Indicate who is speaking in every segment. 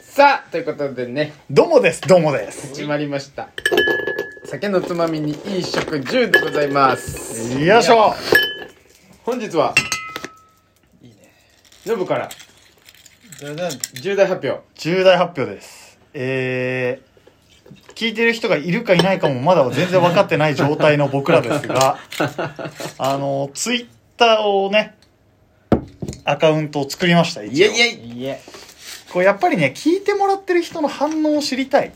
Speaker 1: さあということでね
Speaker 2: どうもです、どうもです。
Speaker 1: 始まりました酒のつまみにいい食10でございます
Speaker 2: よいしょ
Speaker 1: 本日はい
Speaker 3: いね
Speaker 1: ノブから
Speaker 3: じゃあじゃあ
Speaker 1: 重大発表
Speaker 2: 重大発表です。えー、聞いてる人がいるかいないかもまだ全然分かってない状態の僕らです が、あの、ツイッターをね、アカウントを作りました、一応
Speaker 1: いやいやい
Speaker 3: いえ
Speaker 2: こうやっぱりね、聞いてもらってる人の反応を知りたいっ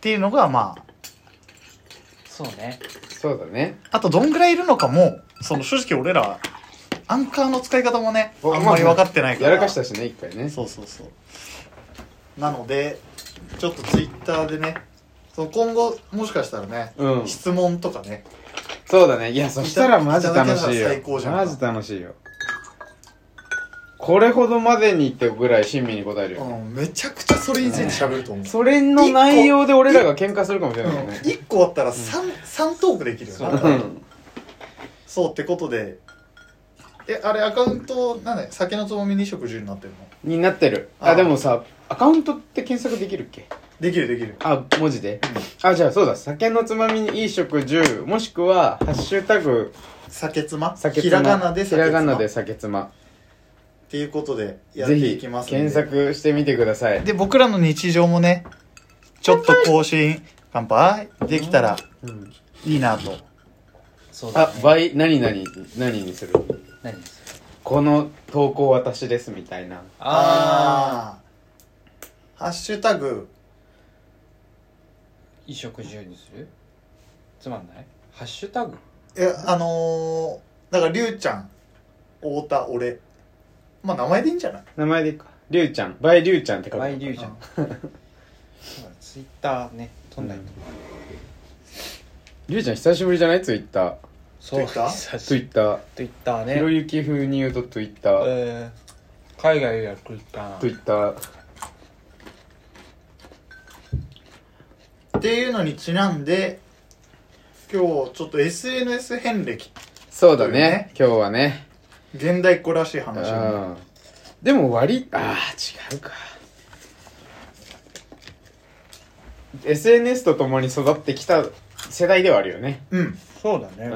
Speaker 2: ていうのが、まあ、
Speaker 3: そうね
Speaker 1: そうだね
Speaker 2: あとどんぐらいいるのかも、その正直俺ら、アンカーの使い方もね、
Speaker 1: わ
Speaker 2: あんまり分かってないから。
Speaker 1: やらかしたしね一回ね
Speaker 2: そうそうそうなのでちょっとツイッターでねその今後もしかしたらね、
Speaker 1: うん
Speaker 2: 質問とかね
Speaker 1: そうだねいやそしたらマジ楽
Speaker 2: いただ
Speaker 1: しい
Speaker 2: け
Speaker 1: よ
Speaker 2: たら最高じゃん
Speaker 1: マジ楽しいよこれほどまでにってぐらい親身に答えるよね、
Speaker 2: うんめちゃくちゃそれについて喋ると思う、
Speaker 1: それの内容で俺らが喧嘩するかもしれ
Speaker 2: う
Speaker 1: ない
Speaker 2: ん
Speaker 1: よね
Speaker 2: 1個あったら 3, 三トークできるよな
Speaker 1: う
Speaker 2: そうんってことでえあれアカウントなんだよ酒のつまみ2食10になってるの
Speaker 1: になってる
Speaker 2: あ
Speaker 1: あ
Speaker 2: あ
Speaker 1: でもさアカウントって検索できるっけ
Speaker 2: できるできる
Speaker 1: あ文字であじゃあそうだ酒のつまみにいい食10もしくは「ハッシュタグ
Speaker 2: 酒妻
Speaker 1: 酒
Speaker 2: ひ
Speaker 1: つま
Speaker 2: ら」がなで
Speaker 1: ひ
Speaker 2: 酒妻
Speaker 1: らがなで酒つま
Speaker 2: っていうことでやっ
Speaker 1: ぜ
Speaker 2: てい
Speaker 1: ひ
Speaker 2: きますんで
Speaker 1: 検索してみてください
Speaker 2: で僕らの日常もねちょっと更新乾杯できたら
Speaker 1: うん
Speaker 2: いいなと
Speaker 3: そうだ、
Speaker 1: あ
Speaker 3: ね、
Speaker 1: 倍何々何にする
Speaker 3: 何ですか
Speaker 1: この投稿私ですみたいな
Speaker 3: ああ
Speaker 2: あーハッシュタグ
Speaker 3: 衣食住にするつまんないハッシュタグ
Speaker 2: えあのー、だからりゅうちゃん太田俺まあ名前でいいんじゃない
Speaker 1: 名前でいいかりゅうちゃん倍りゅうちゃんって書く
Speaker 3: バイリュージョンツイッターね撮んないと、
Speaker 1: うんりゅうちゃん久しぶりじゃないツイッター
Speaker 3: そう
Speaker 2: Twitter？
Speaker 3: 久し
Speaker 1: ツ
Speaker 3: ぶ
Speaker 1: イ
Speaker 3: り
Speaker 1: ッター
Speaker 3: ツイッター
Speaker 1: ひろ
Speaker 3: ね
Speaker 1: ゆき風に言うとツイッター
Speaker 3: えー、海外やツイッタ
Speaker 1: ツイ
Speaker 3: ー
Speaker 1: ッター
Speaker 2: っていうのにちなんで今日ちょっと SNS 遍歴
Speaker 1: そうだね
Speaker 2: とい
Speaker 1: 今
Speaker 2: うね
Speaker 1: 日はね
Speaker 2: 現代っ子らしいう話をね
Speaker 1: んでも割ああ違うか SNS とともに育ってきた世代ではあるよね
Speaker 2: うん
Speaker 3: そうだ
Speaker 1: う
Speaker 3: ね
Speaker 1: ん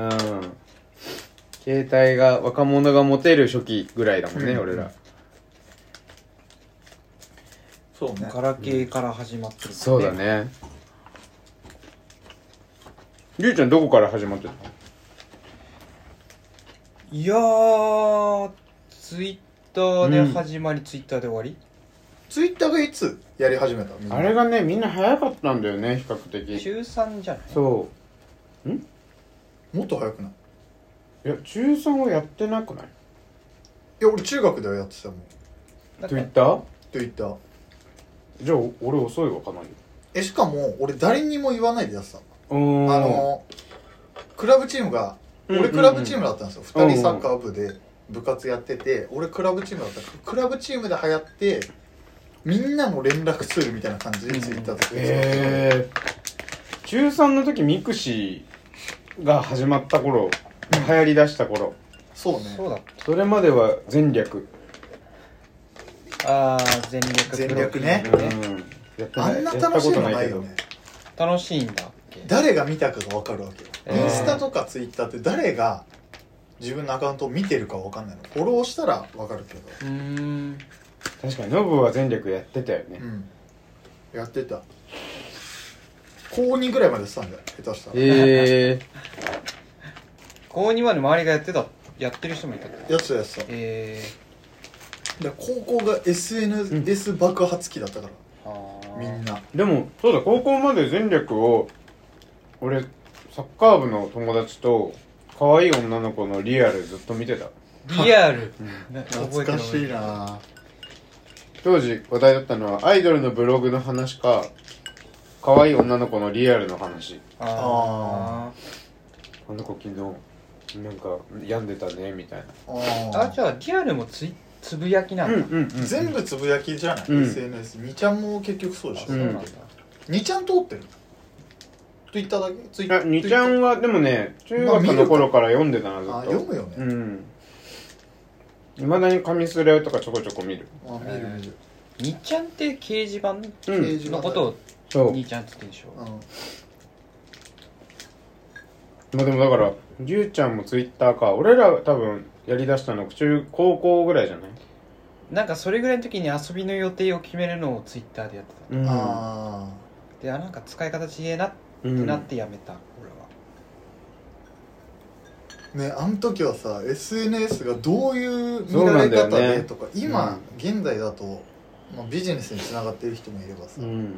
Speaker 1: 携帯が若者が持てる初期ぐらいだもんね、
Speaker 2: うん
Speaker 1: 俺ら
Speaker 2: そうね
Speaker 3: ガラケーから始まってる、
Speaker 1: そうだねりゅうちゃんどこから始まってた
Speaker 3: いやーツイッターで
Speaker 1: うん
Speaker 3: 始まり、ツイッターで終わり
Speaker 2: ツイッターがいつやり始めたの
Speaker 1: あれがねみんな早かったんだよね比較的
Speaker 3: 中3じゃない
Speaker 1: そ
Speaker 2: もっと早くないう
Speaker 1: いや中3はやってなくない
Speaker 2: いや俺中学ではやってたもん
Speaker 3: なんか
Speaker 1: Twitter?
Speaker 2: ツイッター
Speaker 1: じゃあ俺遅いわかなり
Speaker 2: えしかも俺誰にも言わないでやってた
Speaker 1: うーん
Speaker 2: あのクラブチームが俺クラブチームだったんですよ、
Speaker 1: うんうん
Speaker 2: 2人サッカー部で部活やってて俺クラブチームだったからクラブチームで流行ってみんなの連絡ツールみたいな感じでツイッターとか使ってた、
Speaker 1: えー、中3の時ミクシーが始まった頃流行りだした頃
Speaker 2: そう
Speaker 3: そ
Speaker 2: ね
Speaker 3: うだっ
Speaker 1: それまでは全略
Speaker 3: たあー全力
Speaker 2: 全力ね
Speaker 3: プ
Speaker 1: う
Speaker 3: ロフィールね
Speaker 1: んやった
Speaker 2: あんな楽しいのないよね
Speaker 3: 楽しいんだっけ
Speaker 2: 誰が見たかが分かるわけよ、
Speaker 3: えー
Speaker 2: インスタとかツイッターって誰が自分のアカウントを見てるか分かんないのフォローしたら分かるけど
Speaker 3: うーん
Speaker 1: 確かにノブは全略やってたよね
Speaker 2: うんやってた高2ぐらいまでやってたんだよ下手したら
Speaker 1: へえ
Speaker 3: 高2まで周りがやってたやってる人もいたって
Speaker 2: やってたやってた
Speaker 3: え
Speaker 2: で高校が SNS 爆発期だったから、
Speaker 3: ー、あー
Speaker 2: みんな
Speaker 1: でもそうだ高校まで全略を俺サッカー部の友達と可愛い女の子のリアルずっと見てた
Speaker 3: リアルな
Speaker 2: 懐かしいな
Speaker 1: 当時話題だったのはアイドルのブログの話か可愛い女の子のリアルの話
Speaker 3: あー
Speaker 1: あの子昨日なんか病んでたねみたい
Speaker 2: あ
Speaker 3: あじゃあリアルもついつぶやきな
Speaker 1: なん
Speaker 3: だ、
Speaker 1: うんうんうん
Speaker 2: 全部つぶやきじゃない、
Speaker 1: うん
Speaker 2: SNS 2ちゃんも結局そうで
Speaker 3: あ
Speaker 2: しょ、
Speaker 3: そうなんだ、
Speaker 2: 2ちゃん通ってる Twitter だけツイ
Speaker 1: あにちゃんはでもね中学の頃から読んでたなずっと、
Speaker 2: あ読むよね、
Speaker 1: うんいまだに紙すれとかちょこちょこ見る
Speaker 2: あ見る見る
Speaker 3: にちゃんって掲示板
Speaker 1: う
Speaker 2: 掲
Speaker 1: ん
Speaker 2: 示
Speaker 3: のこと
Speaker 1: そ
Speaker 3: を
Speaker 1: う
Speaker 3: にちゃんって言ってるでしょ
Speaker 2: う
Speaker 1: まあでもだからりゅうちゃんもツイッターか俺ら多分やりだしたの中高校ぐらいじゃない
Speaker 3: なんかそれぐらいの時に遊びの予定を決めるのをツイッターでやってた
Speaker 1: うん
Speaker 2: んあ
Speaker 3: であなんか使い方ちげえなっ
Speaker 1: う
Speaker 3: て
Speaker 1: ん
Speaker 3: なってやめた、俺は
Speaker 2: あねあの時はさ SNS がどういう
Speaker 1: そう
Speaker 2: 見
Speaker 1: な
Speaker 2: ら
Speaker 1: ん
Speaker 2: れ
Speaker 1: だよ
Speaker 2: 方
Speaker 1: ね
Speaker 2: でとか、
Speaker 1: う
Speaker 2: 今、
Speaker 1: ん
Speaker 2: 現代だと、まあ、ビジネスにつながってる人もいればさ、
Speaker 1: うん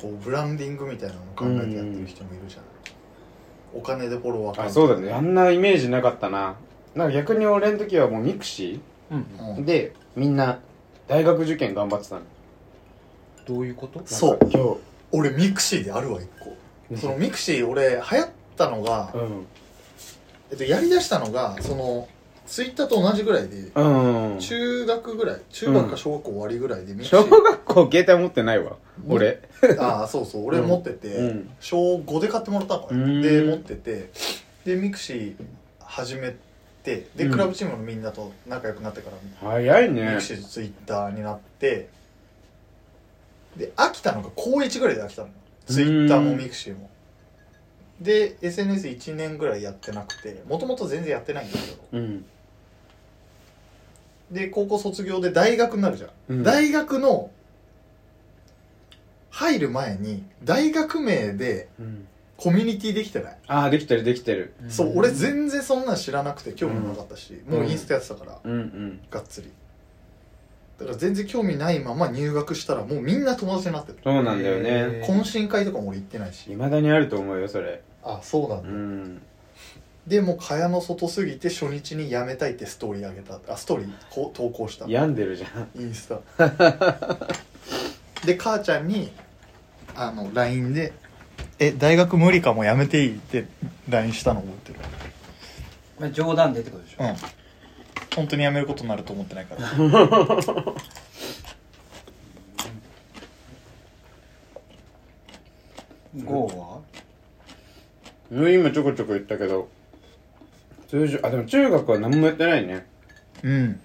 Speaker 2: こうブランディングみたいなのを考えてやってる人もいるじゃん、お金でフォロワー
Speaker 1: あ
Speaker 2: 買
Speaker 1: そうだねあんなイメージなかったななんか逆に俺の時はもうミクシ
Speaker 3: うん、
Speaker 2: うん
Speaker 1: ーでみんな大学受験頑張ってたの
Speaker 3: どういうこと
Speaker 2: そう
Speaker 1: なんか今
Speaker 2: 俺ミクシーであるわ一個
Speaker 1: 日
Speaker 2: そのミクシー俺流行ったのが、
Speaker 1: うん
Speaker 2: えっと、やりだしたのがそのツイッターと同じぐらいで
Speaker 1: うん
Speaker 2: 中学ぐらい中学か小学校終わりぐらいでミクシ
Speaker 1: 小
Speaker 2: ー、
Speaker 1: 学校携帯持ってないわ俺
Speaker 2: ああそうそう俺持ってて、
Speaker 1: うん
Speaker 2: 小5で買ってもらったのか
Speaker 1: う
Speaker 2: なんで持っててでミクシー始めてで
Speaker 1: うん
Speaker 2: クラブチームのみんなと仲良くなってから
Speaker 1: 早い
Speaker 2: ミ
Speaker 1: ね
Speaker 2: クシーとツイッターになってで飽きたのが高1ぐらいで飽きたのツイッターもミクシーもで SNS1 年ぐらいやってなくてもともと全然やってないんだけど
Speaker 1: うん
Speaker 2: で高校卒業で大学になるじゃん、
Speaker 1: うん
Speaker 2: 大学の入る前に大学名で
Speaker 1: うん
Speaker 2: コミュニティできてない、
Speaker 1: ああできてるできてる
Speaker 3: ん
Speaker 2: そう俺全然そんなん知らなくて興味もなかったし、
Speaker 1: ん
Speaker 2: もうインスタやってたから、
Speaker 1: うんうん
Speaker 2: がっつりだから全然興味ないまま入学したらもうみんな友達になってる
Speaker 1: そうなんだよね
Speaker 3: へー
Speaker 2: 懇親会とかも俺行ってないし
Speaker 1: いまだにあると思うよそれ
Speaker 2: あそうなん
Speaker 1: う
Speaker 2: だ、
Speaker 1: ん
Speaker 2: でもう蚊帳の外すぎて初日に辞めたいってストーリー上げたあストーリーこう投稿した
Speaker 1: 病んでるじゃん
Speaker 2: インスタで母ちゃんにあの LINE で
Speaker 4: 「え大学無理かもやめていい」って LINE したの覚えてる
Speaker 3: まあ、冗談でってことでしょ、
Speaker 4: うん本当にやめることになると思ってないから
Speaker 3: ゴーは
Speaker 1: 今ちょこちょこ言ったけど通常あでも中学は何もやってないね
Speaker 4: うん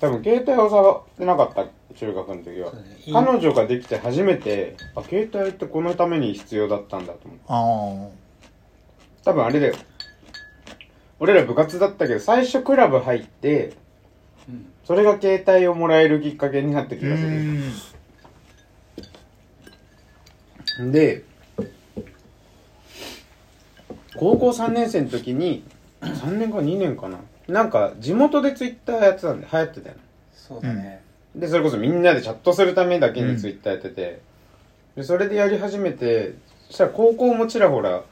Speaker 1: 多分携帯を触ってなかった中学の時は
Speaker 3: そうだね
Speaker 1: 彼女ができて初めてあ携帯ってこのために必要だったんだと思う
Speaker 4: ああ
Speaker 1: 多分あれだよ俺ら部活だったけど最初クラブ入って
Speaker 3: うん
Speaker 1: それが携帯をもらえるきっかけになった気
Speaker 4: う
Speaker 1: がする
Speaker 4: ん
Speaker 1: で高校3年生の時に3年か2年かななんか地元でツイッターやってたんで流行ってたよね
Speaker 3: そうだね、
Speaker 1: でそれこそみんなでチャットするためだけにツイッターやってて、でそれでやり始めてそしたら高校もちらほら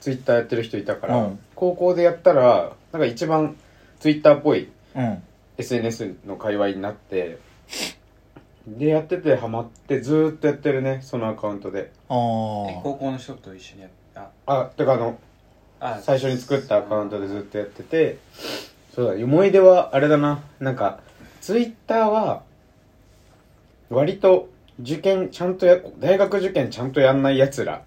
Speaker 1: ツイッターやってる人いたから、
Speaker 4: うん
Speaker 1: 高校でやったらなんか一番ツイッターっぽい
Speaker 4: うん、
Speaker 1: SNS の界隈になってでやっててハマってずーっとやってるねそのアカウントで
Speaker 4: あ
Speaker 3: え
Speaker 4: ー
Speaker 3: 高校の人と一緒にやっあ
Speaker 1: あてかあの
Speaker 3: あ
Speaker 1: 最初に作ったアカウントでずっとやっててそうだ思い出はあれだななんかツイッターは割と受験ちゃんとや大学受験ちゃんとやんないやつら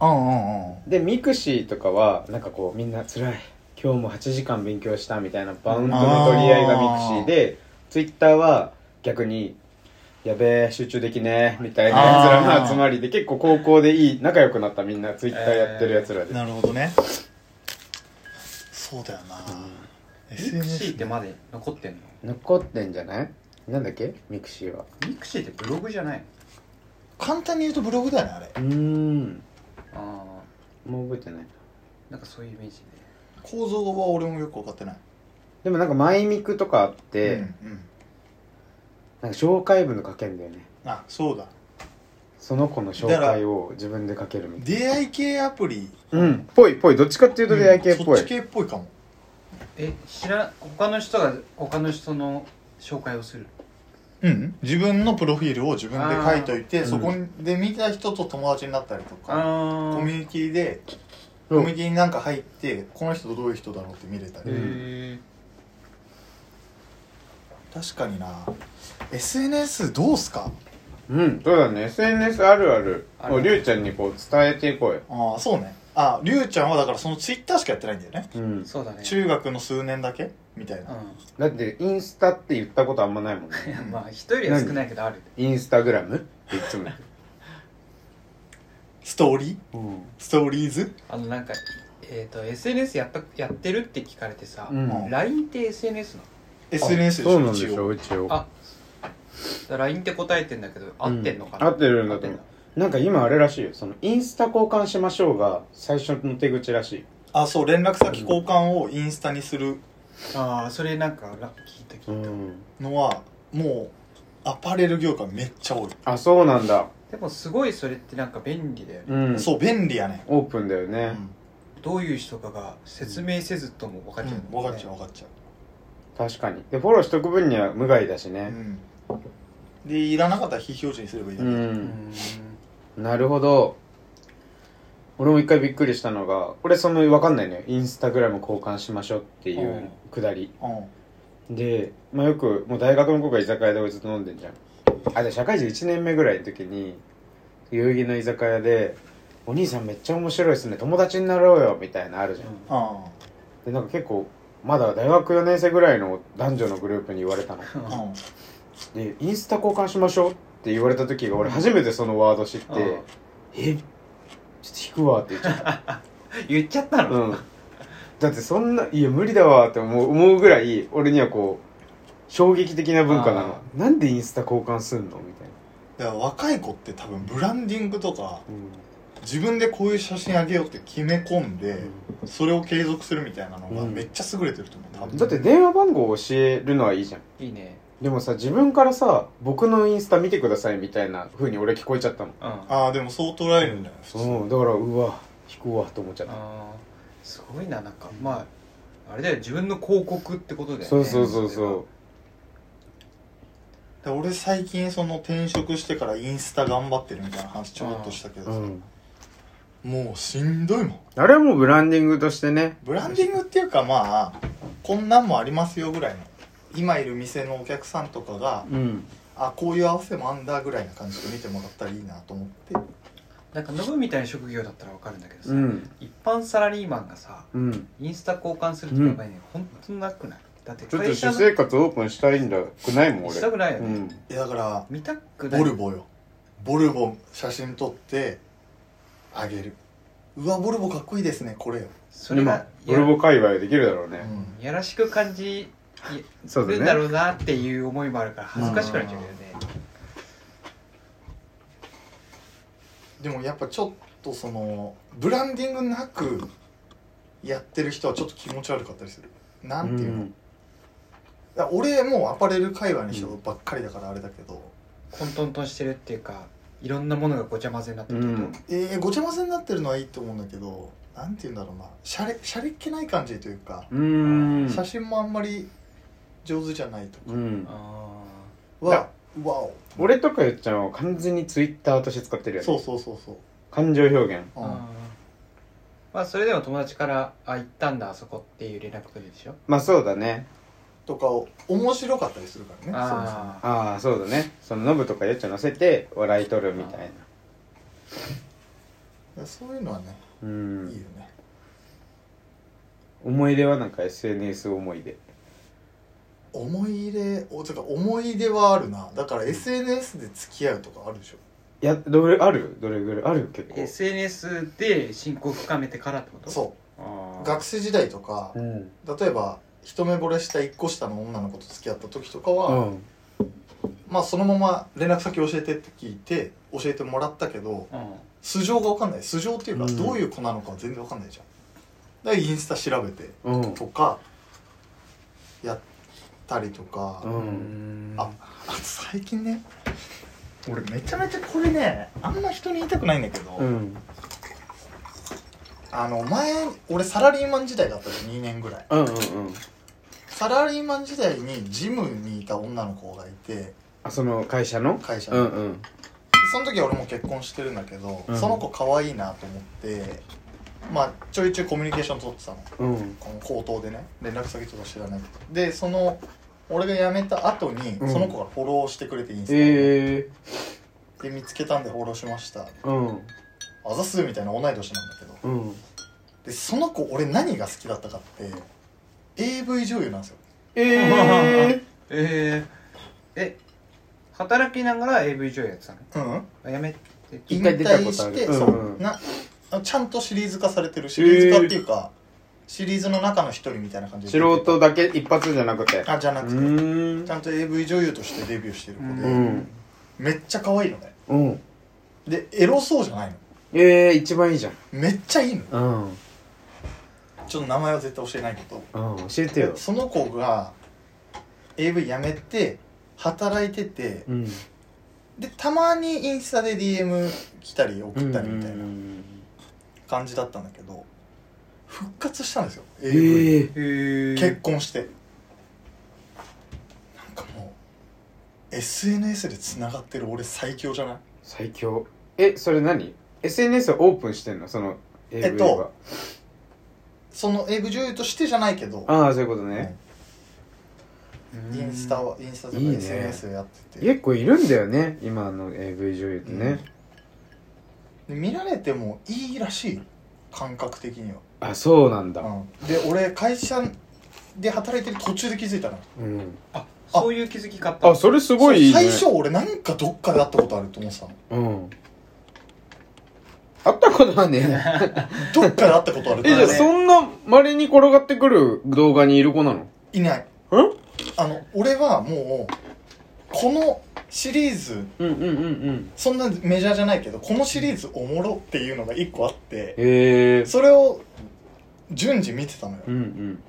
Speaker 4: うんうんうん
Speaker 1: でミクシーとかはなんかこうみんな辛い今日も8時間勉強したみたいなバウンドの取り合いがミクシーでツイッターは逆にやべえ集中できねえみたいなやつらの集まりで結構高校でいい仲良くなったみんなツイッターやってるやつらで、
Speaker 4: なるほどねそうだよな、
Speaker 3: ミクシ
Speaker 4: SNS
Speaker 3: ーってまで残ってんの
Speaker 1: 残ってんじゃないなんだっけミクシーは
Speaker 3: ミクシーってブログじゃないの
Speaker 2: 簡単に言うとブログだよねあれ
Speaker 1: うーん
Speaker 3: あ
Speaker 1: もう覚えてない
Speaker 3: あなんかそういうイメージで
Speaker 2: 構造は俺もよく分かってない
Speaker 1: でもなんかマイミクとかあって、
Speaker 2: うんうん、
Speaker 1: なんか紹介文の書けんだよね
Speaker 2: あそうだ
Speaker 1: その子の紹介を自分で書けるみたい
Speaker 2: 出会い系アプリ
Speaker 1: なうんぽいぽいどっちかっていうと出会い系っぽ
Speaker 2: うん
Speaker 1: い、
Speaker 2: そっち系っぽいかも
Speaker 3: え知ら他の人が他の人の紹介をする
Speaker 4: うん
Speaker 2: 自分のプロフィールを自分で書いといて
Speaker 1: ー
Speaker 2: そこで見た人と友達になったりとか、
Speaker 3: あ
Speaker 2: コミュニティでコミュニティになんか入ってこの人どういう人だろうって見れたり、
Speaker 1: うん
Speaker 3: へ
Speaker 2: 確かにな SNS どうすか
Speaker 1: うんそうだね SNS あるある
Speaker 3: ある
Speaker 1: もうりゅうちゃんにこう伝えていこうよ
Speaker 2: ああそうねありゅうちゃんはだからそのツイッターしかやってないんだよね
Speaker 1: う
Speaker 3: え
Speaker 1: ん
Speaker 3: そうだね
Speaker 2: 中学の数年だけみたいな、
Speaker 1: だってインスタって言ったことあんまないもんね
Speaker 3: うんいやまあ人よりは少ないけどある
Speaker 1: インスタグラムっていつも言
Speaker 4: ストーリー
Speaker 1: う
Speaker 4: ストーリーズ
Speaker 3: あのなんかえっ、と SNS やったやってるって聞かれてさ、
Speaker 1: うん
Speaker 2: うん
Speaker 3: LINE って SNS なの
Speaker 4: SNS でし
Speaker 1: そう
Speaker 4: ょ
Speaker 1: なんでし
Speaker 4: 一
Speaker 1: ょ
Speaker 4: 応
Speaker 1: うちを
Speaker 3: あだから LINE って答えてんだけど合ってんのかな、
Speaker 1: 合ってるんだと思
Speaker 3: 合っ
Speaker 1: うなんか今あれらしいよそのインスタ交換しましょうが最初の手口らしい
Speaker 2: あそう連絡先交換をインスタにする
Speaker 3: てんのああそれなんかラ聞いた聞いた、
Speaker 1: うん
Speaker 2: のはもうアパレル業界めっちゃ多い、
Speaker 1: あそうなんだ
Speaker 3: でもすごいそれってなんか便利だよね、
Speaker 1: うん
Speaker 2: そう便利やね、
Speaker 1: オープンだよ
Speaker 2: う
Speaker 1: ね
Speaker 2: ん、
Speaker 3: どういう人かが説明せずとも分かっちゃう、
Speaker 2: 分かっちゃう分かっちゃ
Speaker 1: 確かにでフォローしとく分には無害だし
Speaker 2: う、う
Speaker 1: ね
Speaker 2: ん、でいらなかったら非表示にすればいいだ
Speaker 1: う
Speaker 2: け、
Speaker 3: うんん
Speaker 1: なるほど俺も一回びっくりしたのが俺その分かんないのよインスタグラム交換しましょうっていうくだり
Speaker 2: うん
Speaker 1: で、まあ、よくもう大学の子が居酒屋で俺ずっと飲んでんじゃんあで社会人1年目ぐらいの時に代々木の居酒屋で「お兄さんめっちゃ面白いですね友達になろうよ」みたいなのあるじゃん
Speaker 2: うん
Speaker 1: でなんか結構まだ大学4年生ぐらいの男女のグループに言われたの
Speaker 3: うん
Speaker 2: うん
Speaker 1: でインスタ交換しましょうって言われた時が俺初めてそのワード知って
Speaker 3: うん
Speaker 1: 「えちょっと引くわ」って言っちゃった
Speaker 3: 言っちゃったの、
Speaker 1: うん、だってそんないや無理だわって思う思うぐらい俺にはこう衝撃的な文化なの
Speaker 3: あ
Speaker 1: なんでインスタ交換すんのみたい
Speaker 2: だから若い子って多分ブランディングとか
Speaker 1: な、
Speaker 2: 自分でこういう写真あげようって決め込んで、それを継続するみたいなのが
Speaker 1: うん
Speaker 2: めっちゃ優れてると思う多分、
Speaker 1: だって電話番号を教えるのはいいじゃん
Speaker 3: いいね
Speaker 1: でもさ自分からさ僕のインスタ見てくださいみたいな風に俺聞こえちゃったの
Speaker 3: うんあ
Speaker 2: ああでもそう捉えるんだよ普通
Speaker 1: うんだからうわ引くわと思っちゃった
Speaker 3: あーすごいななんかまああれだよね自分の広告ってことだよね
Speaker 1: そうそうそうそ
Speaker 2: で俺最近その転職してからインスタ頑張ってるみたいな話ちょろっとしたけど
Speaker 1: う、
Speaker 2: さ、
Speaker 1: うん、
Speaker 2: もうしんどいもん
Speaker 1: あれはもうブランディングとしてね
Speaker 2: ブランディングっていうかまあこんなんもありますよぐらいの今いる店のお客さんとかが
Speaker 1: うん
Speaker 2: あこういう合わせもあんだぐらいな感じで見てもらったらいいなと思って
Speaker 3: なんかノブみたいな職業だったらわかるんだけどさ、
Speaker 1: うん
Speaker 3: 一般サラリーマンがさ
Speaker 1: うん
Speaker 3: インスタ交換するっていうのがね、ほんとなくないだって
Speaker 1: ちょっと
Speaker 3: 会
Speaker 1: 私
Speaker 3: 社の
Speaker 1: 生活オープンしたいんだくないもん俺
Speaker 3: したくないよ
Speaker 1: う
Speaker 3: ね、
Speaker 1: ん
Speaker 2: いやだか
Speaker 3: 見たく
Speaker 2: ら
Speaker 3: ない
Speaker 2: ボルボよボルボ写真撮ってあげるうわボルボかっこいいですねこれよ、
Speaker 3: それが
Speaker 1: ボルボ界隈できるだろう
Speaker 2: う
Speaker 1: ね、
Speaker 2: ん、
Speaker 3: ややらしく感じ
Speaker 1: そう
Speaker 3: るん
Speaker 1: だ
Speaker 3: だ
Speaker 1: ね
Speaker 3: ろうなっていう思いもあるから恥ずかしくなっちゃうよね、
Speaker 2: でもやっぱちょっとそのブランディングなくやってる人はちょっと気持ち悪かったりするなんていうの、
Speaker 1: ん
Speaker 2: だから俺もうアパレル界隈の人ばっかりだからあれだけど、
Speaker 3: 混沌としてるっていうかいろんなものがごちゃ混ぜになってるってこと、
Speaker 1: うん
Speaker 2: えー、ごちゃ混ぜになってるのはいいと思うんだけどなんて言うんだろうなしゃれしゃれっ気ない感じというか、
Speaker 1: うーん
Speaker 2: 写真もあんまり上手じゃないと
Speaker 1: うん
Speaker 3: あ
Speaker 2: かはわお
Speaker 1: 俺とかよっちゃんは完全にツイッターとして使ってるよね
Speaker 2: そうそうそうそう
Speaker 1: 感情表現
Speaker 2: う
Speaker 3: ー
Speaker 2: ん
Speaker 3: あーまあそれでも友達から「あ行ったんだあそこ」っていう連絡取るでしょ
Speaker 1: まあそうだね
Speaker 2: とかを面白かったりするからねそもそも
Speaker 3: ああ
Speaker 1: ああそうだねそのノブとかよっちゃん乗せて笑い取るみたいな
Speaker 2: だからそういうのはね、
Speaker 1: う
Speaker 2: いい
Speaker 1: ん
Speaker 2: よね
Speaker 1: 思い出はなんか SNS 思い出
Speaker 2: 思い入れおてか思い出はあるなだから SNS で付き合うとかあるでしょ
Speaker 1: いやどれあるどれぐらいある結構
Speaker 3: SNS で親交深めてからってこと
Speaker 2: そう
Speaker 3: あ
Speaker 2: う
Speaker 3: ー
Speaker 2: 学生時代とか
Speaker 1: う、ん
Speaker 2: 例えば一目惚れした一個下の女の子と付き合った時とか
Speaker 1: う
Speaker 2: は、
Speaker 1: ん
Speaker 2: まあそのまま連絡先教えてって聞いて教えてもらったけど
Speaker 3: うん
Speaker 2: 素性が分かんない素性っていうか
Speaker 1: うん
Speaker 2: どういう子なのかは全然分かんないじゃんだからインスタ調べて
Speaker 1: うん
Speaker 2: とかやったりとか、
Speaker 1: う
Speaker 2: あ
Speaker 1: ん
Speaker 2: あと最近ね俺めちゃめちゃこれねあんま人に言いたくないんだけど、
Speaker 1: うん
Speaker 2: あの前俺サラリーマン時代だったじゃん2年ぐらい
Speaker 1: うんうんうん
Speaker 2: サラリーマン時代にジムにいた女の子がいて
Speaker 1: あその会社の
Speaker 2: 会社
Speaker 1: う
Speaker 2: に、
Speaker 1: んうん
Speaker 2: その時俺も結婚してるんだけど、
Speaker 1: うん
Speaker 2: その子可愛いなと思ってまあちょいちょいコミュニケーション取ってたの
Speaker 1: うん
Speaker 2: この口頭でね連絡先とか知らないけどでその俺が辞めた後に、
Speaker 1: うん
Speaker 2: その子がフォローしてくれてインスタで、
Speaker 1: ええ
Speaker 2: で見つけたんでフォローしました
Speaker 1: うん
Speaker 2: あざすみたいな同い年なんだけど
Speaker 1: うん
Speaker 2: でその子俺何が好きだったかって AV 女優なんですよ
Speaker 1: え
Speaker 3: えええ働きながら AV 女優やってたの
Speaker 2: うん
Speaker 3: あやめて
Speaker 1: 一
Speaker 2: 引
Speaker 1: 回出たこ
Speaker 2: 退
Speaker 1: とある
Speaker 2: して、
Speaker 1: うん
Speaker 2: そうなあちゃんとシリーズ化されてるシリーズ化っていうか、シリーズの中の一人みたいな感
Speaker 1: ー、
Speaker 2: じ で
Speaker 1: 素人だけ一発じゃなくて
Speaker 2: あじゃな
Speaker 1: う
Speaker 2: くて、
Speaker 1: ーん
Speaker 2: ちゃんと AV 女優としてデビューしてる子で、
Speaker 1: うん
Speaker 2: めっちゃ可愛いのね
Speaker 1: うん
Speaker 2: でエロそうじゃないの
Speaker 1: ええー、一番いいじゃん
Speaker 2: めっちゃいいの
Speaker 1: うんうん
Speaker 2: ちょっと名前は絶対教えないけど
Speaker 1: 教えてよ
Speaker 2: その子が AV やめて働いてて
Speaker 1: うん
Speaker 2: でたまにインスタで DM 来たり送ったりみたいな感じだったんだけど復活したんですよ
Speaker 1: え
Speaker 2: AV、
Speaker 1: えー、
Speaker 3: へえ
Speaker 2: 結婚してなんかもう SNS でつながってる俺最強じゃない
Speaker 1: 最強えそれ何 SNS をオープンしてんのその AV は、
Speaker 2: えっとその AV 女優としてじゃないけど
Speaker 1: ああそういうことね、
Speaker 2: インスタはインスタとか
Speaker 1: いいね
Speaker 2: SNS やってて
Speaker 1: 結構いるんだよね今の AV 女優ってね、
Speaker 2: で見られてもいいらしいよ感覚的には
Speaker 1: あそうなんだ
Speaker 2: うん、で俺会社で働いてる途中で気づいたの
Speaker 1: うん、
Speaker 3: あそういう気づき方
Speaker 1: あそれすごいいい、ね、
Speaker 2: 最初俺なんかどっかで会ったことあると思ってたの
Speaker 1: うんあったことはね
Speaker 2: どっかで会ったことある と
Speaker 1: えじゃあ
Speaker 2: 思ってた
Speaker 1: そんなまれに転がってくる動画にいる子なの
Speaker 2: いない
Speaker 1: うん
Speaker 2: あの俺はもうこのシリーズ
Speaker 1: うんうんうんうん
Speaker 2: そんなメジャーじゃないけどこのシリーズおもろっていうのが一個あって
Speaker 1: へえ
Speaker 2: それを順次見てたのよ
Speaker 1: うん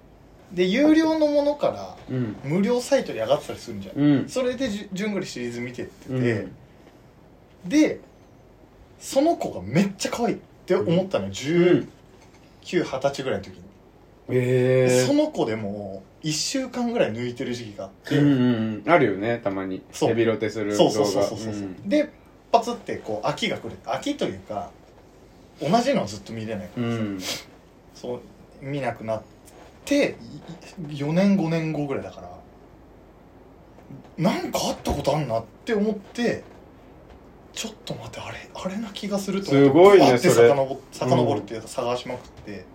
Speaker 2: で有料のものから
Speaker 1: うんうん
Speaker 2: 無料サイトに上がってたりするんじゃん
Speaker 1: うん
Speaker 2: それでじゅ順繰りシリーズ見てってて、
Speaker 1: うん
Speaker 2: でその子がめっちゃ可愛いって思ったの
Speaker 1: うん
Speaker 2: よ1920歳ぐらいの時に、
Speaker 1: へ
Speaker 2: で
Speaker 1: え
Speaker 2: その子でも1週間ぐらい抜いてる時期があって、
Speaker 1: うんうんうんあるよねたまに
Speaker 2: そう
Speaker 1: ヘビロテする動
Speaker 2: そう
Speaker 1: 画
Speaker 2: そうそうそうそう、
Speaker 1: ん
Speaker 2: でパツってこう秋が来る秋というか同じのをずっと見れないか
Speaker 1: う
Speaker 2: らさ、
Speaker 1: ん
Speaker 2: そう見なくなって4年5年後ぐらいだからなんかあったことあんなって思ってちょっと待ってあれあれな気がすると思って
Speaker 1: すごいね
Speaker 2: バッて
Speaker 1: それ
Speaker 2: 遡遡るっていうか探しまくって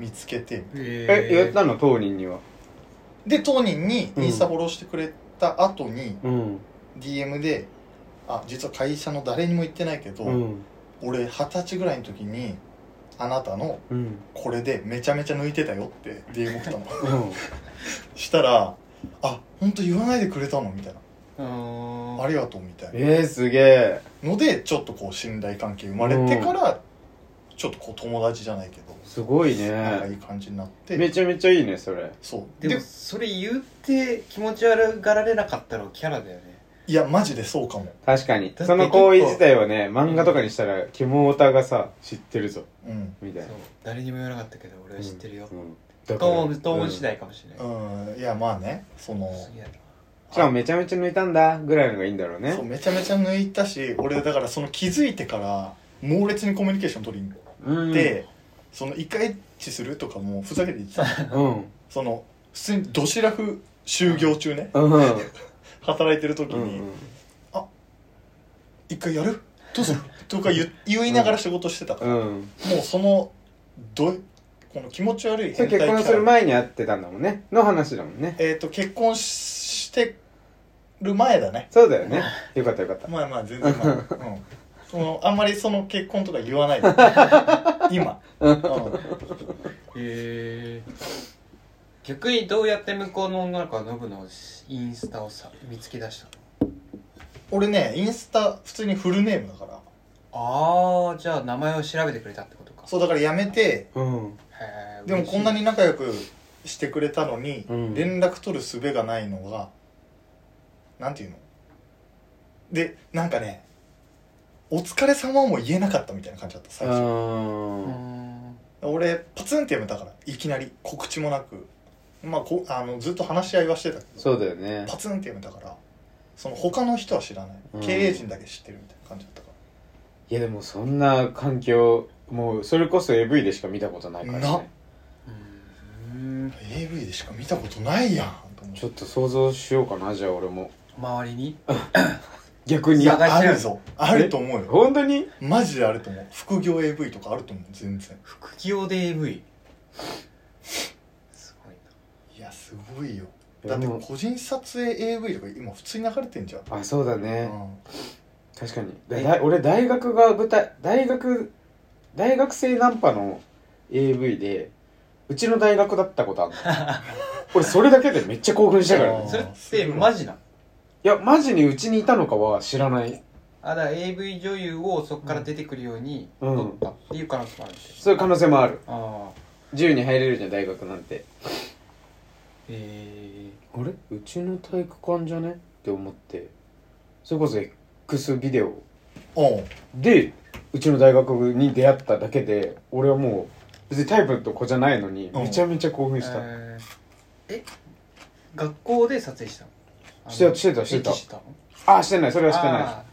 Speaker 2: 見つけて
Speaker 1: え
Speaker 3: え
Speaker 1: 言ったの当人には
Speaker 2: で当人にインスタフォローしてくれた後に
Speaker 1: うん
Speaker 2: DM で「あ実は会社の誰にも言ってないけど、
Speaker 1: うん
Speaker 2: 俺二十歳ぐらいの時にあなたの
Speaker 1: うん
Speaker 2: これでめちゃめちゃ抜いてたよ」って DM 送ったの。
Speaker 1: うん
Speaker 2: したら「あ本当言わないでくれたの?」みたいな
Speaker 3: う
Speaker 2: 「
Speaker 3: ん
Speaker 2: ありがとう」みたいな
Speaker 1: えー、すげえ
Speaker 2: のでちょっとこう信頼関係生まれてから、ちょっとこう友達じゃないけど、
Speaker 1: すごい
Speaker 2: なんかい
Speaker 1: ね
Speaker 2: い感じになって
Speaker 1: めちゃめちゃいいねそれ
Speaker 2: そう
Speaker 3: で
Speaker 2: で
Speaker 3: もそれ言って気持ち悪がられなかったらキャラだよね
Speaker 2: いやマジでそうかも、
Speaker 1: 確かに
Speaker 3: だって
Speaker 1: その
Speaker 3: 結構
Speaker 1: 行為自体はね漫画とかにしたらキモオタがさ知ってるぞ
Speaker 2: うん
Speaker 1: みた
Speaker 3: そ
Speaker 1: いうな
Speaker 3: 誰にも言わなかったけど俺は知ってるよ
Speaker 1: うん
Speaker 3: ト
Speaker 1: だから
Speaker 3: ーントー
Speaker 1: う
Speaker 3: ン
Speaker 1: ん
Speaker 3: 次第かもしれない
Speaker 2: うん、いやまあねその
Speaker 3: すげえな
Speaker 1: しかもめちゃめちゃ抜いたんだぐらいのがいいんだろうね
Speaker 2: そうめちゃめちゃ抜いたし俺だからその気づいてから猛烈にコミュニケーション取りに行
Speaker 1: うん
Speaker 2: って、その一回エッチするとかもうふざけて言ってたの
Speaker 1: うん
Speaker 2: その普通にどしらふ就業中ね
Speaker 1: うんうん
Speaker 2: 働いてる時
Speaker 1: う
Speaker 2: に、
Speaker 1: ん
Speaker 2: 一回やるど うするとか言言いながら仕事してたか
Speaker 1: うん
Speaker 2: ら、もうそのどいこの気持ち悪い
Speaker 1: それ
Speaker 2: 変態
Speaker 1: 結婚
Speaker 2: キ
Speaker 1: す
Speaker 2: ャ
Speaker 1: る
Speaker 2: ラ
Speaker 1: 前に会ってたんだもんねの話だもんね
Speaker 2: えっ、と結婚ししてる前だね
Speaker 1: そうだよねよかったよかった
Speaker 2: まあまあ全然まあ、うん、そのあんまりその結婚とか言 わないで今、うん、
Speaker 3: へえ逆にどうやって向こうの女の子はノブのインスタをさ見つけ出したの
Speaker 2: 俺ねインスタ普通にフルネームだから
Speaker 3: ああじゃあ名前を調べてくれたってことか
Speaker 2: そうだからやめて
Speaker 1: うん
Speaker 3: へー
Speaker 2: でもこんな
Speaker 3: 嬉しい
Speaker 2: に仲良くしてくれたのに、
Speaker 1: うん
Speaker 2: 連絡取る術がないのがなんていうのでなんかね「お疲れ様も言えなかったみたいな感じだった最初
Speaker 3: う
Speaker 1: うん
Speaker 3: ん
Speaker 2: 俺パツンってやめたからいきなり告知もなくまあこあのずっと話し合いはしてたけど
Speaker 1: そうだよね
Speaker 2: パツンってやめたからその他の人は知らない、
Speaker 1: うん
Speaker 2: 経営陣だけ知ってるみたいな感じだったか
Speaker 1: いやでもそんな環境もうそれこそ AV でしか見たことないから
Speaker 2: な
Speaker 1: ね
Speaker 3: うん
Speaker 2: ら AV でしか見たことないやんと思って
Speaker 1: ちょっと想像しようかなじゃあ俺も
Speaker 3: 周りに
Speaker 1: 逆に
Speaker 2: いや
Speaker 3: 探
Speaker 2: あ
Speaker 3: してる
Speaker 2: るぞあると思うよ
Speaker 1: 本当に
Speaker 2: マジであると思う副業 AV とかあると思う全然
Speaker 3: 副業で AV すごいない
Speaker 2: やすごいよだって
Speaker 1: でも
Speaker 2: 個人撮影 AV とか今普通に流れてんじゃん、
Speaker 1: あそうだね、
Speaker 2: う
Speaker 1: 確かにだだ俺大学が舞台大学大学生ナンパの AV でうちの大学だったことあるの 俺それだけでめっちゃ興奮したからね
Speaker 2: あー
Speaker 3: それってマジなの
Speaker 1: いやマジにうちにいたのかは知らない
Speaker 3: あだから AV 女優をそこから出てくるように
Speaker 1: うん
Speaker 3: 撮ったっていう可能性もあるんですよ
Speaker 1: そういう可能性もある
Speaker 3: ああ
Speaker 1: 自由に入れるじゃん大学なんて
Speaker 3: え
Speaker 1: あれうちの体育館じゃねって思ってそれこそ X ビデオ
Speaker 2: んうん
Speaker 1: でうちの大学に出会っただけで俺はもう別にタイプと子じゃないのに
Speaker 2: うん
Speaker 1: めちゃめちゃ興奮
Speaker 3: ー
Speaker 1: した、
Speaker 3: えーえ学校で撮影したのあの
Speaker 1: してたしてたしてた
Speaker 3: 駅したの
Speaker 1: ああしてないそれはしてない
Speaker 3: あ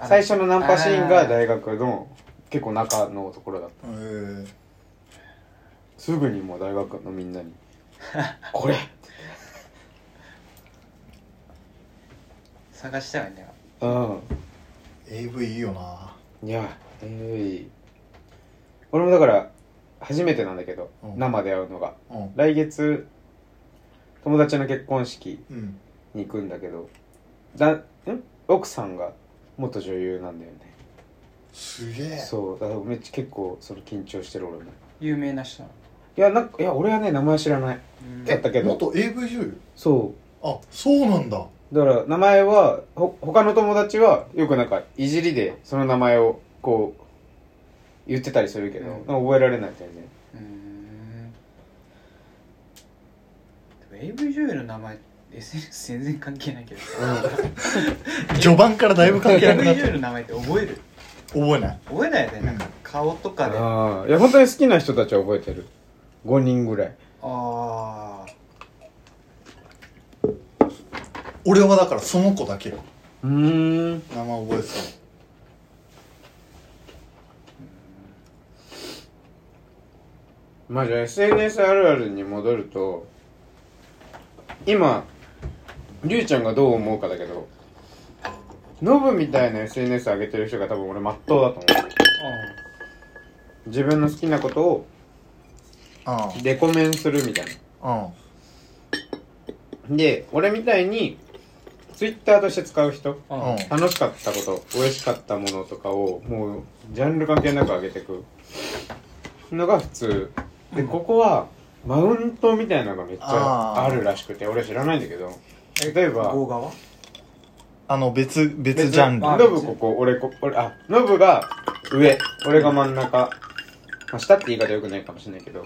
Speaker 3: ー
Speaker 1: 最初のナンパシーンが
Speaker 3: あ
Speaker 1: 大学の結構中のところだった
Speaker 2: え
Speaker 1: すぐにもう大学のみんなに「これ!
Speaker 3: 探したよね」
Speaker 1: うん
Speaker 2: ー、AV いいよない
Speaker 1: やえい俺もだから初めてなんだけど、
Speaker 2: うん
Speaker 1: 生で会うのが
Speaker 2: うん
Speaker 1: 来月友達の結婚式
Speaker 2: うん
Speaker 1: に行くんだけどだん奥さんが元女優なんだよね
Speaker 2: すげえ
Speaker 1: そうだからめっちゃ結構それ緊張してる俺も
Speaker 3: 有名な人なの
Speaker 1: いやなんかいや俺はね名前知らない
Speaker 3: うん
Speaker 1: だったけど
Speaker 2: 元 AV 女優
Speaker 1: そう
Speaker 2: あそうなんだ
Speaker 1: だから名前はほ他の友達はよくなんかいじりでその名前をこう言ってたりするけど、
Speaker 3: うん
Speaker 1: なんか覚えられないみたいね
Speaker 3: うーんでも AV 女優の名前 SNS 全然関係ないけどさ
Speaker 2: 序盤からだいぶ関係な
Speaker 3: AV
Speaker 2: くなっ
Speaker 3: 女
Speaker 2: て
Speaker 3: 優の名前って覚える
Speaker 2: 覚えない
Speaker 3: 覚えないよね、
Speaker 2: うん
Speaker 3: なんか顔とかであ
Speaker 1: ああいや本当に好きな人たちは覚えてる5人ぐらい
Speaker 3: あ
Speaker 2: 俺はだからその子だけよ
Speaker 1: うーん
Speaker 2: 名前覚えて
Speaker 1: まあじゃあ SNS あるあるに戻ると今りゅうちゃんがどう思うかだけどノブみたいな SNS 上げてる人が多分俺真っ当だと思う自分の好きなことを
Speaker 2: た
Speaker 1: レコメンするみたいな
Speaker 2: うんうん
Speaker 1: で俺みたいにツイッターとして使う人
Speaker 3: あ
Speaker 2: うん
Speaker 1: 楽しかったこと美味しかったものとかをもうジャンル関係なく上げてくのが普通でここはマウントみたいなのがめっちゃ
Speaker 2: あー
Speaker 1: あるらしくて俺知らないんだけど例えば
Speaker 3: 動画は
Speaker 4: あの別別ジャンル
Speaker 3: あ
Speaker 1: ノブここ俺こ俺あノブが上俺が真ん中、まあ、下って言い方よくないかもしれないけど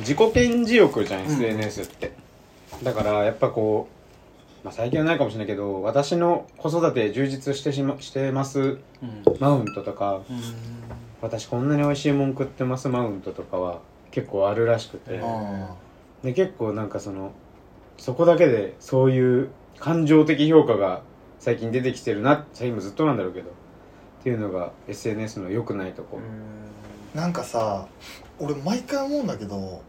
Speaker 1: 自己顕示欲じゃん、SNS ってだからやっぱこう、まあ、最近はないかもしれないけど私の子育て充実してしましてます
Speaker 3: うん
Speaker 1: マウントとか
Speaker 3: うん
Speaker 1: 私こんなに美味しいもん食ってますマウントとかは結構あるらしくて、
Speaker 3: うん
Speaker 2: あ
Speaker 1: で結構なんかそのそこだけでそういう感情的評価が最近出てきてるな最近もずっとなんだろうけどっていうのが SNS の良くないとこ、
Speaker 2: ーなんかさ俺毎回思うんだけど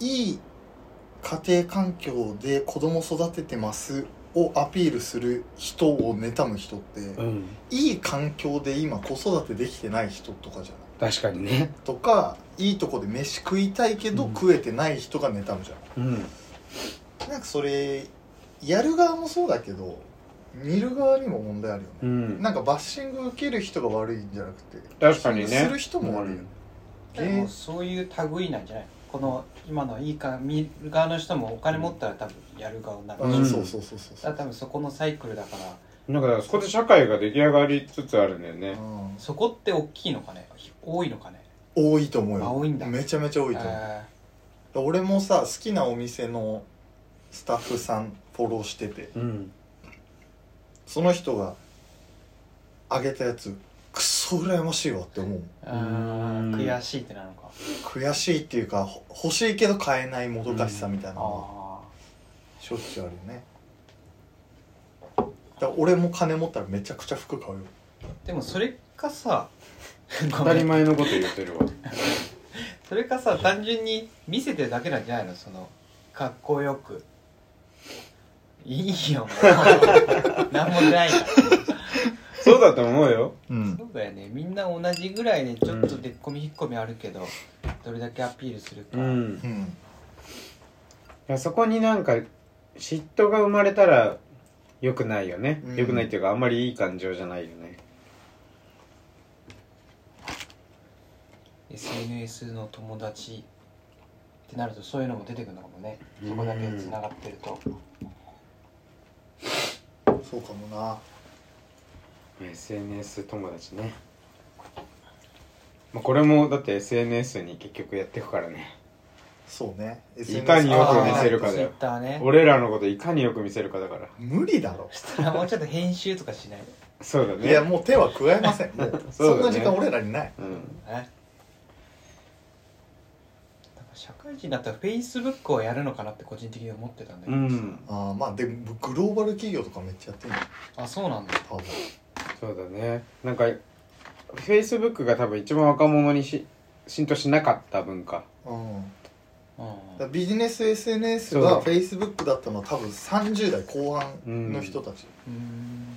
Speaker 2: いい家庭環境で子供育ててますをアピールする人を妬む人って、
Speaker 1: うん、
Speaker 2: いい環境で今子育てできてない人とかじゃない
Speaker 1: 確かにね
Speaker 2: とかいいとこで飯食いたいけど
Speaker 1: うん
Speaker 2: 食えてない人が妬むじゃん、
Speaker 1: うん
Speaker 2: なんかそれやる側もそうだけど見る側にも問題あるよ
Speaker 1: う
Speaker 2: ね、
Speaker 1: ん
Speaker 2: なんかバッシング受ける人が悪いんじゃなくて
Speaker 1: 確かにね
Speaker 2: する人も悪いよ、
Speaker 3: でもそういう類なんじゃないこの今のいいか見る側の人もお金持ったら多分やる側になる
Speaker 2: う
Speaker 3: し、
Speaker 2: ん
Speaker 1: うん
Speaker 2: そうそうそうそうそ
Speaker 3: だ
Speaker 2: う
Speaker 3: 多分そこのサイクルだか
Speaker 1: な
Speaker 3: ら
Speaker 1: んかそこで社会が出来上がりつつあるんだよね
Speaker 2: うん
Speaker 3: そこって大きいのかね多いのかね
Speaker 2: 多いと思うよ
Speaker 3: あ多いんだ
Speaker 2: めちゃめちゃ多いと思う、
Speaker 3: え
Speaker 2: 俺もさ好きなお店のスタッフさんフォローしてて
Speaker 1: うん
Speaker 2: その人が上げたやつクソ羨ましいわって思う
Speaker 3: ーあ
Speaker 1: うん
Speaker 3: ー悔しいってなのか
Speaker 2: 悔しいっていうかほ欲しいけど買えないもどかしさみたいなのが
Speaker 3: あ
Speaker 2: しょっちゅうあるよねだから俺も金持ったらめちゃくちゃ服買うよ
Speaker 3: ーでもそれかさ
Speaker 1: 当たり前のこと言ってるわ
Speaker 3: それかさ単純に見せてるだけなんじゃないのそのかっこよくいいよもう なんもないから
Speaker 1: そうだと思うよ
Speaker 2: うん
Speaker 3: そうだよねみんな同じぐらいでちょっとでっこみ引っこみあるけど、どれだけアピールするか、
Speaker 1: うん
Speaker 2: うん
Speaker 1: からそこになんか嫉妬が生まれたら良くないよね、
Speaker 2: うん
Speaker 1: 良くないっていうかあんまりいい感情じゃないよね
Speaker 3: SNS の友達ってなるとそういうのも出てくるのかもねそこだけつながってると
Speaker 2: そうかもな
Speaker 1: SNS 友達ね、まあ、これもだって SNS に結局やってくからね
Speaker 2: そうね
Speaker 1: いかによく見せるかだよ
Speaker 3: Twitter ね
Speaker 1: 俺らのこといかによく見せるかだから
Speaker 2: 無理だろ
Speaker 3: そした らもうちょっと編集とかしないと
Speaker 1: そうだ
Speaker 2: い
Speaker 1: ね
Speaker 2: やもう手は加えま せんもう
Speaker 1: そうだね
Speaker 2: そんな時間俺らにない
Speaker 1: うん
Speaker 3: ねなんか社会人だったら Facebook をやるのかなって個人的に思ってたんだけ
Speaker 1: う
Speaker 3: ど、
Speaker 1: ん
Speaker 2: ああまあでもグローバル企業とかめっちゃやってる
Speaker 3: あそうなんだ
Speaker 2: 多分
Speaker 1: そうだねなんか Facebook が多分一番若者にし浸透しなかった文化
Speaker 2: うん
Speaker 3: うん
Speaker 2: だからビジネス SNS
Speaker 1: そうだ
Speaker 2: が Facebook だったのは多分30代後半の人たち、
Speaker 3: うーん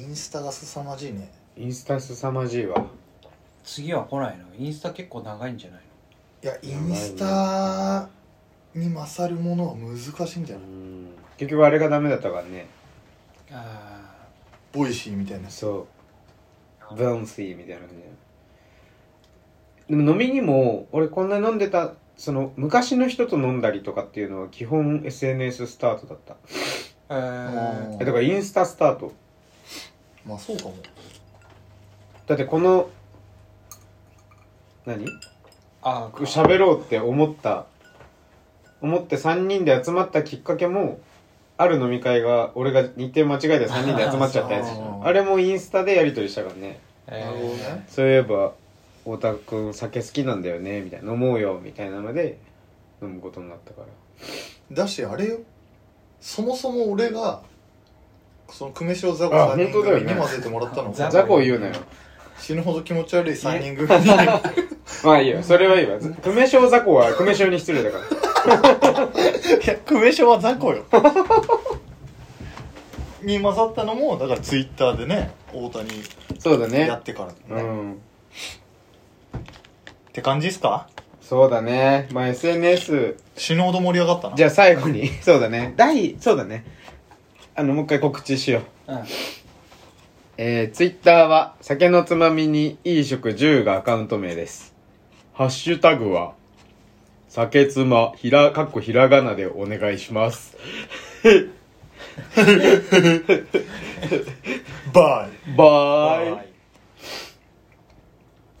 Speaker 2: インスタが凄まじいね
Speaker 1: インスタ凄まじいわ
Speaker 3: 次は来ないのインスタ結構長いんじゃない
Speaker 2: いやインスタに勝るものは難しいんじゃ
Speaker 1: う
Speaker 2: ない
Speaker 1: ん結局あれがダメだったからね
Speaker 3: のあ
Speaker 2: ボイシーみたいな
Speaker 1: そうブンシーみたいな感じでも飲みにも俺こんな飲んでたその昔の人と飲んだりとかっていうのは基本 SNS スタートだった
Speaker 3: あえ
Speaker 2: うん
Speaker 1: えだからインスタスタート
Speaker 2: まあそうかも
Speaker 1: だってこの何
Speaker 3: あー
Speaker 1: 喋ろうって思った思って3人で集まったきっかけもある飲み会が俺が日程間違えて3人で集まっちゃったやつじゃん
Speaker 2: あ
Speaker 1: あ
Speaker 2: ー
Speaker 1: れもインスタでやり取りしたからね
Speaker 3: えー
Speaker 2: なるほどね
Speaker 1: そういえば太田君酒好きなんだよねみたいな飲もうよみたいなので飲むことになったから
Speaker 2: だしあれよそもそも俺がその久米塩ザコ
Speaker 1: あ
Speaker 2: 3人
Speaker 1: 本当だよ
Speaker 2: 組
Speaker 1: ね
Speaker 2: に混ぜてもらったの
Speaker 3: ザ
Speaker 1: 雑魚を言うなよ
Speaker 2: 死ぬほど気持ち悪い3人組に
Speaker 1: まあいいよそれはいいわ久米小雑魚は久米小に失礼だから
Speaker 4: いや久米賞は雑魚よ に勝ったのもだからツイッターでね大谷
Speaker 1: そうだ
Speaker 2: や
Speaker 1: ね
Speaker 2: ってからね、
Speaker 1: うん
Speaker 4: って感じですか
Speaker 1: そうだねまあ SNS
Speaker 4: 死ぬほど盛り上がったな
Speaker 1: じゃあ最後にそうだね第そうだねあのもう一回告知しよう
Speaker 3: うん
Speaker 1: えー、ツイッターは、酒のつまみにいい食10がアカウント名です。ハッシュタグは、酒つま、ひら、かっこひらがなでお願いします。
Speaker 2: バイ
Speaker 1: バイ。